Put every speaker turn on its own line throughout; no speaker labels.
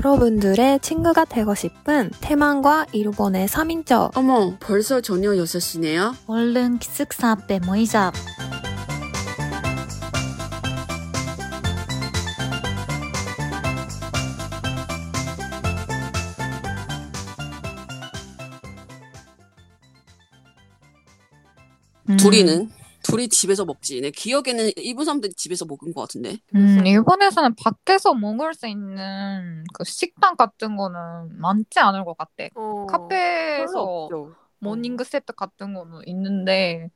여러분들의 친구가 되고 싶은 태만과 일본의 3인조
어머, 벌써 저녁 6시네요?
얼른 기숙사 앞에 모이자. 음,
둘이는? 둘이 집에서 먹지. 내 기억에는 일본 사람들이 집에서 먹은 것 같은데.
음, 일본에서는 밖에서 먹을 수 있는 그 식당 같은 거는 많지 않을 것 같아.
어,
어,
카페에서
음.
모닝 세트 같은 거는
음.
있는데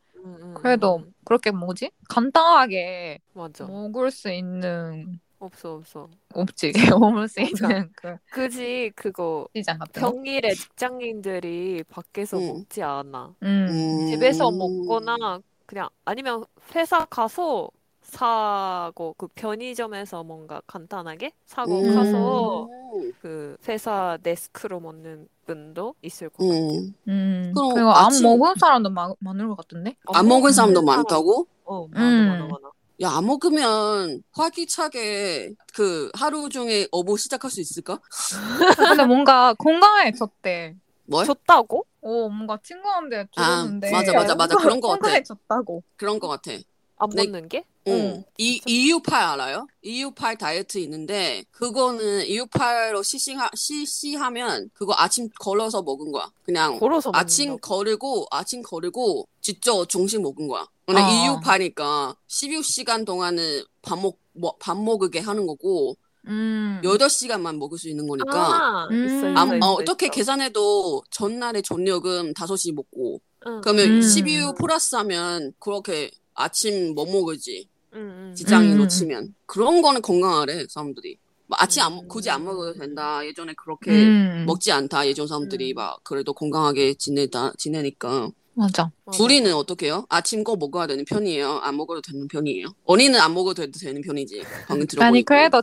그래도 그렇게 뭐지? 간단하게
맞아
뭐
먹을 수 있는
없어 없어
없지 먹을 수 있는 그
그지 그거
시장 같은 거.
평일에 직장인들이 밖에서
네? 음.
먹지 않아
음.
집에서 먹거나 그냥 아니면 회사 가서 사고 그 편의점에서 뭔가 간단하게 사고
음.
가서 그 회사 데스크로 먹는 분도 있을 것 같아.
음.
음.
그럼
그리고 안
아침-
먹은 사람도 마, 많을 것 같은데?
안 먹은 사람도
음.
많다고?
어, 많아,
음.
많아, 많아.
야, 안 먹으면 활기차게 그 하루 중에 어부 시작할 수 있을까?
근데 뭔가 건강에 좋대.
뭘?
줬다고?
오 뭔가 친구한테
아,
들었는데
맞아, 맞아, 맞아.
뭔가
그런 것 같아.
건강에 좋다고.
그런 것 같아.
안
네.
먹는 게?
응. 이 이유팔 알아요? 이유팔 다이어트 있는데 그거는 이유팔로 시시하, 시시하면 그거 아침 걸어서 먹은 거야. 그냥
걸어서 먹는다고?
아침 거르고 아침 거르고 직접 정식 먹은 거야. 근데
아.
이유팔이니까 12시간 동안은 밥 먹, 뭐, 밥 먹게 하는 거고
음.
8시간만 먹을 수 있는 거니까
아,
음.
있어, 있어,
아,
있어,
어, 어떻게
있어.
계산해도 전날에 전력은 5시 먹고
응,
그러면
음.
12유 플러스 하면 그렇게 아침 못 먹을지.
응, 응.
직장인으로
음.
치면 그런 거는 건강하래 사람들이 막 아침 안,
음.
굳이 안 먹어도 된다 예전에 그렇게
음.
먹지 않다 예전 사람들이
음.
막 그래도 건강하게 지내다 지내니까
맞아.
맞아.
우리는 어떻게요 아침 거 먹어야 되는 편이에요 안 먹어도 되는 편이에요 언니는 안 먹어도 돼- 되는 편이지 방금 들어보니까
아니 그래도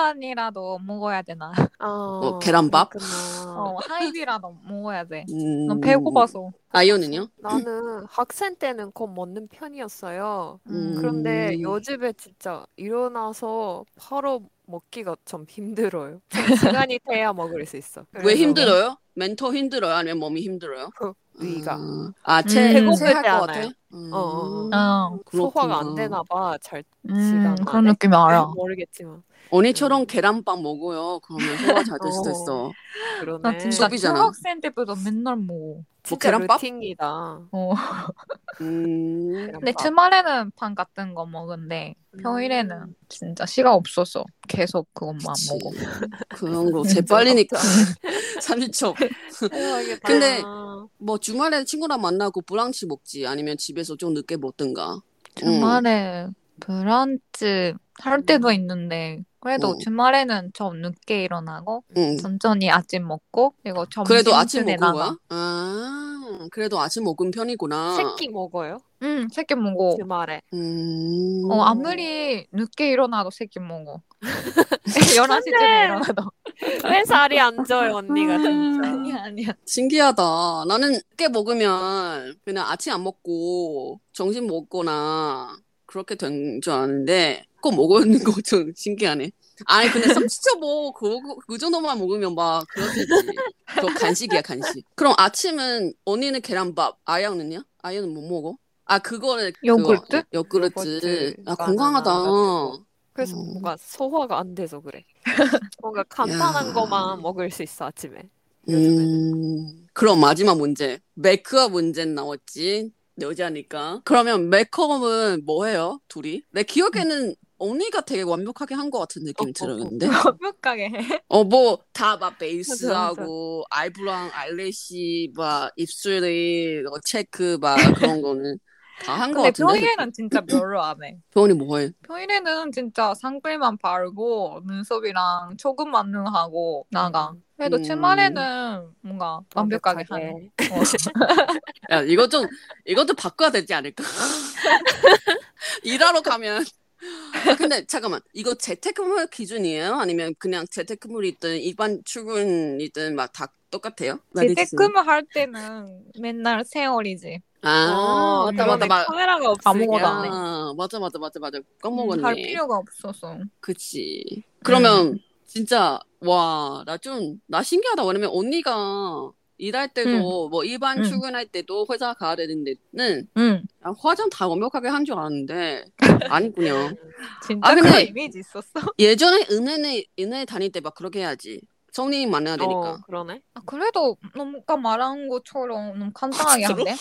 조금만이라도 먹어야 되나?
아,
계란밥?
그렇구나.
어, 하이비라도 먹어야 돼.
음.
난 배고파서.
아이언은요
나는 학생 때는 꼭 먹는 편이었어요.
음.
그런데
음.
요즘에 진짜 일어나서 바로 먹기가 좀 힘들어요. 좀 시간이 돼야 먹을 수 있어.
왜
그래서
힘들어요 멘토 힘들어요 아니면 몸이 힘들어요
그 위가.
아
음.
체,
배고프지
체할 것
않아요.
같아 음.
어, 어, 어.
어.
소화가 안
그렇구나.
되나 봐. 잘
음,
시간
그런
안에?
느낌 알아.
모르겠지만
언니처럼 계란빵 먹어요 그러면 소화 잘 될 수도
어.
있어
그러네.
나 진짜
소비잖아.
중학생 때부터 맨날 먹어.
어,
진짜
뭐 계란밥?
루틴이다.
어.
음.
근데
계란밥. 음.
주말에는 pan 같은 거 먹는데 평일에는 진짜 시간 없어서 계속 그것만
그치.
먹어.
그런 거 재빨리니까 30초.
어, 대박이다.
근데 뭐 주말에 친구랑 만나고 브런치 먹지 아니면 집에서 좀 늦게 먹든가. 음.
주말에 브런치 할 때도 있는데 그래도
음.
주말에는 좀 늦게 일어나고
응.
천천히 아침 먹고 그리고 점심
그래도 아침
때
먹은 거야? 아, 그래도 아침 먹은 편이구나.
새끼 먹어요?
응, 음, 새끼 먹어.
주말에.
음.
어, 아무리 늦게 일어나도 새끼 먹어. 11시쯤에 일어나도.
왜 살이 안 쪄요, 언니가
음.
진짜.
아니야, 아니야.
신기하다. 나는 늦게 먹으면 그냥 아침 안 먹고 점심 먹거나 그렇게 된 줄 아는데 꼭 먹는 거 좀 신기하네. 아니 근데 30초 뭐 그, 그 정도만 먹으면 막 그렇겠지. 그거 간식이야 간식. 그럼 아침은 언니는 계란밥, 아영은요? 아영은 못 먹어? 아 그거를 그거,
요구르트?
요구르트. 아
바나나
건강하다.
같은 그래서
음.
뭔가 소화가 안 돼서 그래. 뭔가 간단한
야.
것만 먹을 수 있어, 아침에. 요즘에는.
음, 그럼 마지막 문제. 메이크업 문제는 나왔지. 여자니까. 그러면 메이크업은 뭐 해요? 둘이? 내 기억에는 언니가 되게 완벽하게 한 것 같은 느낌이
어,
들었는데.
어, 어.
완벽하게 해.
어, 뭐, 다 막
맞아,
베이스하고, 아이브랑 아이래쉬, 막, 입술이, 어, 체크, 막, 그런 거는 다 한 것
근데
같은데.
평일에는 진짜 별로 안 해.
병원이 뭐 해?
평일에는 진짜 상글만 바르고 눈썹이랑 조금 만능하고 나가.
음.
그래도
음.
주말에는 뭔가 완벽하게 하네. 어.
야, 이거 좀, 이것도 바꿔야 되지 않을까? 일하러 가면. 아, 근데 잠깐만, 이거 재택근무 기준이에요? 아니면 그냥 재택근무이든 일반 출근이든 막 다 똑같아요?
재택근무 할 때는 맨날 세월이지. 음.
아,
어,
맞다,
그러네.
맞다, 맞
카메라가 없으니까.
아무것도 안 해.
아, 맞아,
음,
맞아, 맞아, 맞아.
할
까먹었네.
필요가 없어서.
음. 그치. 그러면 진짜 와, 나 좀, 나 신기하다. 왜냐면 언니가 일할 때도, 뭐 일반
응.
출근할 때도 회사 가야 되는데는
응.
아, 화장 다 완벽하게 한 줄 알았는데, 아니군요.
진짜
아, 근데-
그런 이미지 있었어.
예전에 은행에, 은행에 다닐 때 막 그렇게 해야지. 성인이 만나야
어,
되니까.
그러네.
아, 그래도 너가 말한 것처럼 너무 간단하게
진짜로?
한대.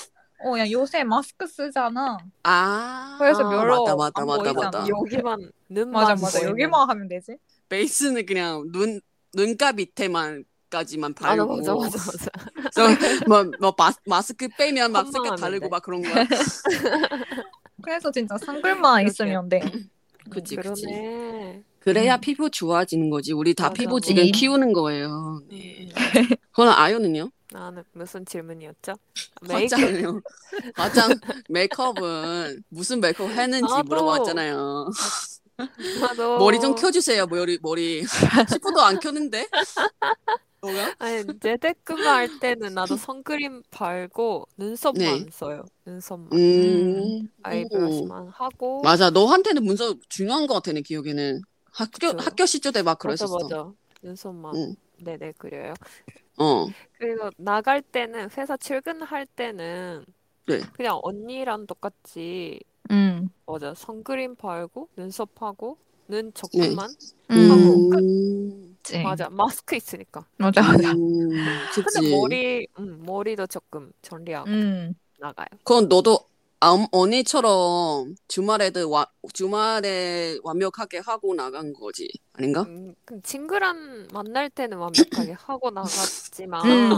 어, 야 요새 마스크 쓰잖아.
아,
그래서 묘로
맞다, 맞다,
안
맞다,
보이잖아.
맞다.
여기만 눈만
맞아 맞아.
보이는.
여기만 하면 되지.
베이스는 그냥 눈, 눈가 밑에만까지만
맞아
바르고.
맞아 맞아 맞아.
그래서 뭐, 뭐 마, 마스크 빼면 막 색깔
컵만
다르고
하면 돼.
막 그런 거야.
그래서 진짜 한글만
이렇게.
있으면 돼.
그치,
음,
그치.
그러네.
그래야 피부 좋아지는 거지. 우리 다
음. 맞아.
피부 지금
음.
키우는 거예요. 그럼 아연은요?
나는 무슨 질문이었죠?
화장요. 화장 메이크업은 무슨 메이크업 했는지
나도.
물어봤잖아요.
나도
머리 좀 켜주세요. 머리 머리 10분도 안 켰는데. 뭐야?
아니 재택근무 할 때는 나도 선크림 바르고 눈썹만
네.
써요. 눈썹만
음
아이브러시만 하고
맞아. 너한테는 문서 중요한 것 같아 내 기억에는. 학교
그쵸.
학교 시절 때 막
맞아
그랬었어.
맞아. 눈썹만
응.
네네 그려요.
어.
음. 그리고 나갈 때는 회사 출근할 때는
네.
그냥 언니랑 똑같이
음.
맞아 선크림 바르고 눈썹하고 눈 조금만
음.
네.
그치.
맞아 마스크 있으니까
맞아.
음,
근데
그치.
머리 음, 머리도 조금 정리하고
음.
나가요.
그건 너도 암- 언니처럼 주말에도 와, 주말에 완벽하게 하고 나간 거지 아닌가?
음, 그럼 친구랑 만날 때는 완벽하게 하고 나갔지만
음.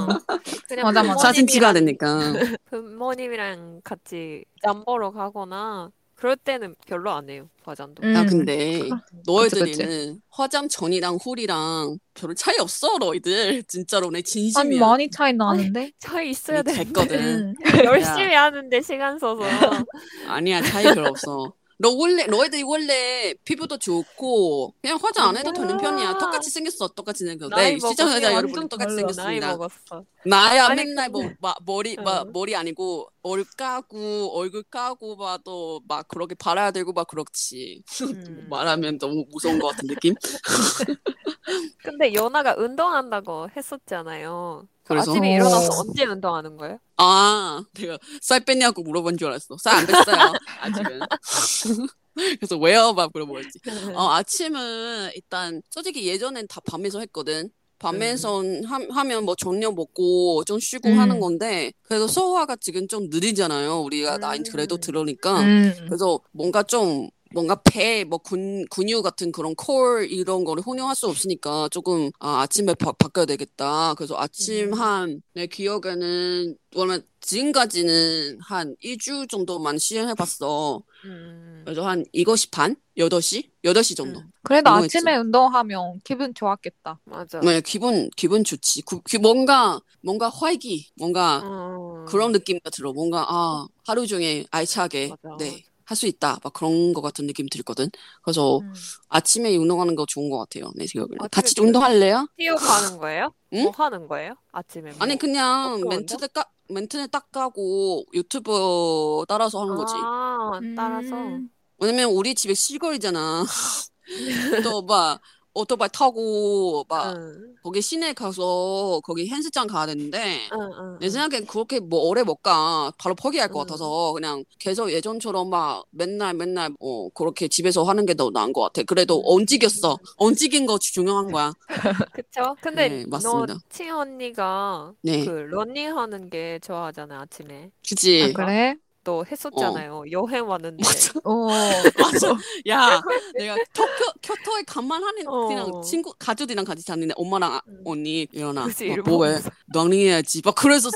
그냥
맞아, 맞아.
사진 찍어야
부모님이랑-
되니까.
부모님이랑 같이 짬 보러 가거나 그럴 때는 별로 안 해요 화장도.
음.
야 아, 근데
아,
너희들이는
그치,
화장 전이랑 후리랑 별로 차이 없어 너희들 진짜로 내
아니
진심이야.
많이 차이 나는데.
차이 있어야
우리
돼.
됐거든.
음.
열심히 하는데 시간 써서.
아니야 차이 별로 없어. 너 원래 너희들이 원래 피부도 좋고 그냥 화장 안 해도 되는 편이야. 똑같이 생겼어 똑같이 생겼어. 네
먹었어.
시청자
완전
여러분 똑같이
별로. 나이
생겼습니다.
먹었어.
나야
아니,
맨날 뭐 마, 머리 마,
응.
머리 아니고 얼 까고 얼굴 까고 봐도 막 그렇게 발라야 되고 막 그렇지
음.
말하면 너무 무서운 것 같은 느낌
근데 연아가 운동한다고 했었잖아요.
그래서
아침에
어.
일어나서 언제 운동하는 거예요?
아 내가 쌀 뺐냐고 물어본 줄 알았어 쌀 안 뺐어요 아직은 그래서 왜요 막 물어보지 어 아침은 일단 솔직히 예전엔 다 밤에서 했거든 밤에서 함- 하면 뭐 저녁 먹고 좀 쉬고
음.
하는 건데 그래도 소화가 지금 좀 느리잖아요 우리가 나이 그래도
음.
들으니까
음.
그래서 뭔가 좀 뭔가 배, 뭐 근, 근육 같은 그런 콜 이런 거를 혼용할 수 없으니까 조금 아, 아침에 바, 바꿔야 되겠다. 그래서 아침
음.
한 내 기억에는 원래 지금까지는 한 2주 정도만 시행해 봤어.
음.
그래서 한 7시 반? 8시? 8시 정도.
음,
그래도
운동했지.
아침에 운동하면 기분 좋았겠다.
맞아.
네, 기분 기분 좋지. 구- 기- 뭔가 뭔가 활기, 뭔가
어.
그런 느낌이 들어. 뭔가 아, 하루 종일 알차게
맞아,
네, 할 수 있다. 막 그런 거 같은 느낌이 들거든. 그래서
음.
아침에 운동하는 거 좋은 것 같아요. 내 생각에는.
아침에
같이
그래요?
운동할래요?
뛰어 가는 거예요?
응?
뭐 하는 거예요? 아침에 뭐?
아니 그냥
그거
멘트를 까 멘트는 딱 까고 유튜브 따라서 하는 거지.
아, 따라서.
음. 왜냐면 우리 집에 시골이잖아. 또 막 오토바이 타고 막
응,
거기 시내 가서 거기 헬스장 가야 되는데
응, 응,
내 생각엔 그렇게 뭐 오래 못 가. 바로 포기할 것
음.
같아서 그냥 계속 예전처럼 막 맨날 맨날 어, 그렇게 집에서 하는 게 더 나은 것 같아. 그래도
음.
움직였어. 움직인 거 중요한 거야.
그쵸? 근데
네,
너
맞습니다.
친 언니가
네.
그 러닝 하는 게 좋아하잖아, 아침에.
그치?
아, 그래? 어,
또 했었잖아요. 여행 왔는데.
어. 맞아.
오.
맞아. 야, 내가 도쿄, 교토에 간만 하는
어.
그냥 친구 가족들이랑 같이 잤는데 엄마랑 아-
응.
언니 일어나.
그치,
막
일본
뭐해? 낭링해야지. 막 그랬었어.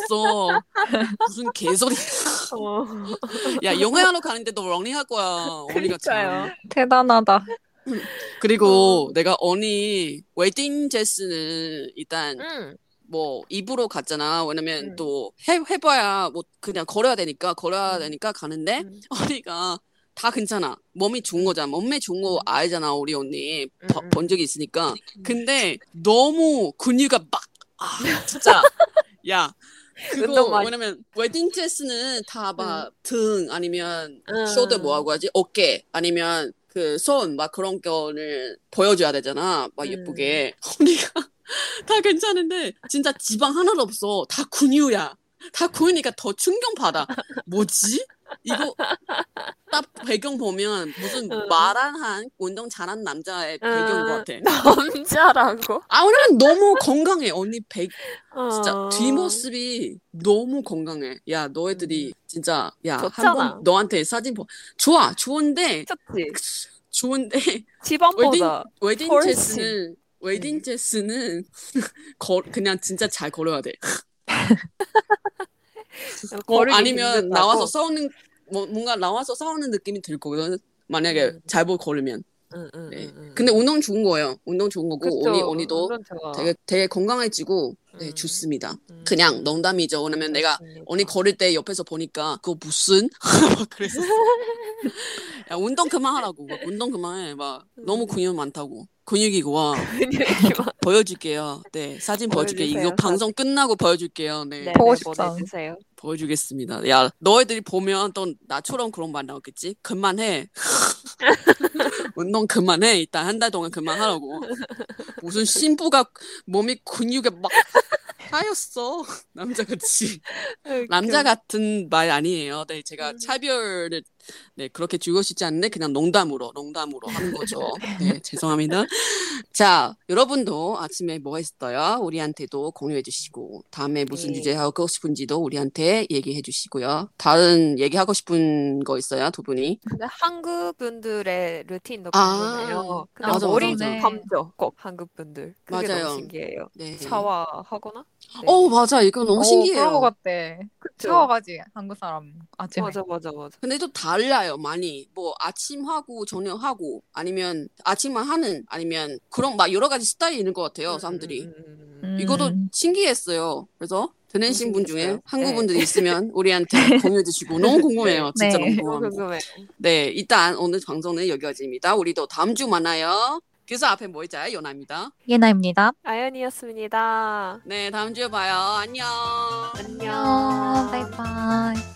무슨 개소리.
어,
야, 영화하러 가는데 너 낭링할 거야. 언니가 참.
그러니까요.
대단하다.
그리고 내가 언니 웨딩 제스는 일단
응,
뭐 입으로 갔잖아. 왜냐면
응.
또 해, 해봐야 뭐 그냥 걸어야 되니까 걸어야
응.
되니까 가는데
응.
언니가 다 괜찮아. 몸이 좋은
음.
거잖아. 몸매 좋은 거 알잖아, 우리 언니.
응,
버-
응.
본 적이 있으니까.
응.
근데 너무 근육이 막, 아, 진짜. 야, 그거
운동 많이- 음.
왜냐면 웨딩 드레스는 다 막 등 아니면
응. 음.
뭐 숄더 뭐라고 하지? 어깨 아니면 그 손 막 그런 거를 보여줘야 되잖아. 막
음.
예쁘게. 언니가 다 괜찮은데 진짜 지방 하나도 없어. 다 근육이야. 다 구우니까 더 충격받아. 뭐지? 이거 딱 배경 보면 무슨
음.
마란한 운동 잘한 남자의 배경인 것 같아.
남자라고?
아, 왜냐면 너무 건강해. 언니 배, 진짜
어.
뒷모습이 너무 건강해. 야, 너희들이 진짜 야,
음. 좋잖아.
한번 너한테 사진 보. 좋아. 좋은데
미쳤지.
좋은데
지방보다
웨딩
훨씬.
드레스는
네.
웨딩 드레스는 걸 그냥 진짜 잘 걸어야 돼.
거르기
어, 아니면
힘들다고.
나와서 싸우는 뭐, 뭔가 나와서 싸우는 느낌이 들 거거든. 만약에
음.
잘 보고 걸으면.
응, 응,
네.
응, 응.
근데 운동 좋은 거예요. 운동 좋은 거고
그쵸.
언니 언니도
그건 좋아.
되게 되게 건강해지고 네,
음.
좋습니다.
음.
그냥 농담이죠. 왜냐면 내가
좋습니다.
언니 걸을 때 옆에서 보니까 그거 무슨 그래서 야 운동 그만하라고 막 운동 그만해 막
음.
너무 근육 많다고 근육이고 와
근육이만
보여줄게요 네 사진 보여줄게 요
보여주세요,
이거 방송 끝나고 보여줄게요 네,
네,
보고
네,
싶다.
보내주세요.
보여주겠습니다 야 너희들이 보면 또 나처럼 그런 말 나오겠지 그만해 운동 그만해 일단 한 달 동안 그만하라고 무슨 신부가 몸이 근육에 막 하였어 남자같이 남자 같은 말 아니에요. 네, 제가
음.
차별을 네, 그렇게 주고 싶지 않은데 그냥 농담으로 농담으로 하는 거죠. 네, 죄송합니다. 자, 여러분도 아침에 뭐 했어요? 우리한테도 공유해 주시고 다음에 무슨
네.
주제 하고 싶은지도 우리한테 얘기해 주시고요. 다른 얘기하고 싶은 거 있어요, 두 분이?
근데 한국 분들의 루틴도
아,
궁금해요. 근데
맞아,
머리
맞아.
좀 감죠. 꼭 한국 분들. 그게
맞아요.
너무 신기해요.
네.
샤워하거나. 네.
어, 맞아. 이거 너무
어,
신기해요.
그런 것 같대.
그쵸?
샤워가지 한국 사람
네.
아침에.
맞아, 맞아, 맞아.
근데 또 달라요, 많이. 뭐, 아침하고, 저녁하고, 아니면 아침만 하는, 아니면 그런 막 여러 가지 스타일이 있는 것 같아요, 네, 사람들이.
음, 음, 음,
음.
이것도 신기했어요. 그래서 드nen신 분 중에
신기했어요.
한국
네.
분들이 있으면 우리한테 공유해 주시고 너무 궁금해요.
네.
진짜 너무
네.
너무
궁금합니다.
어, 궁금해.
네, 일단 오늘 방송은 여기까지입니다. 우리도 다음 주 만나요. 그래서 앞에 뭐 있자요? 연아입니다.
예나입니다.
아연이었습니다.
네, 다음 주에 봐요. 안녕.
안녕.
바이바이.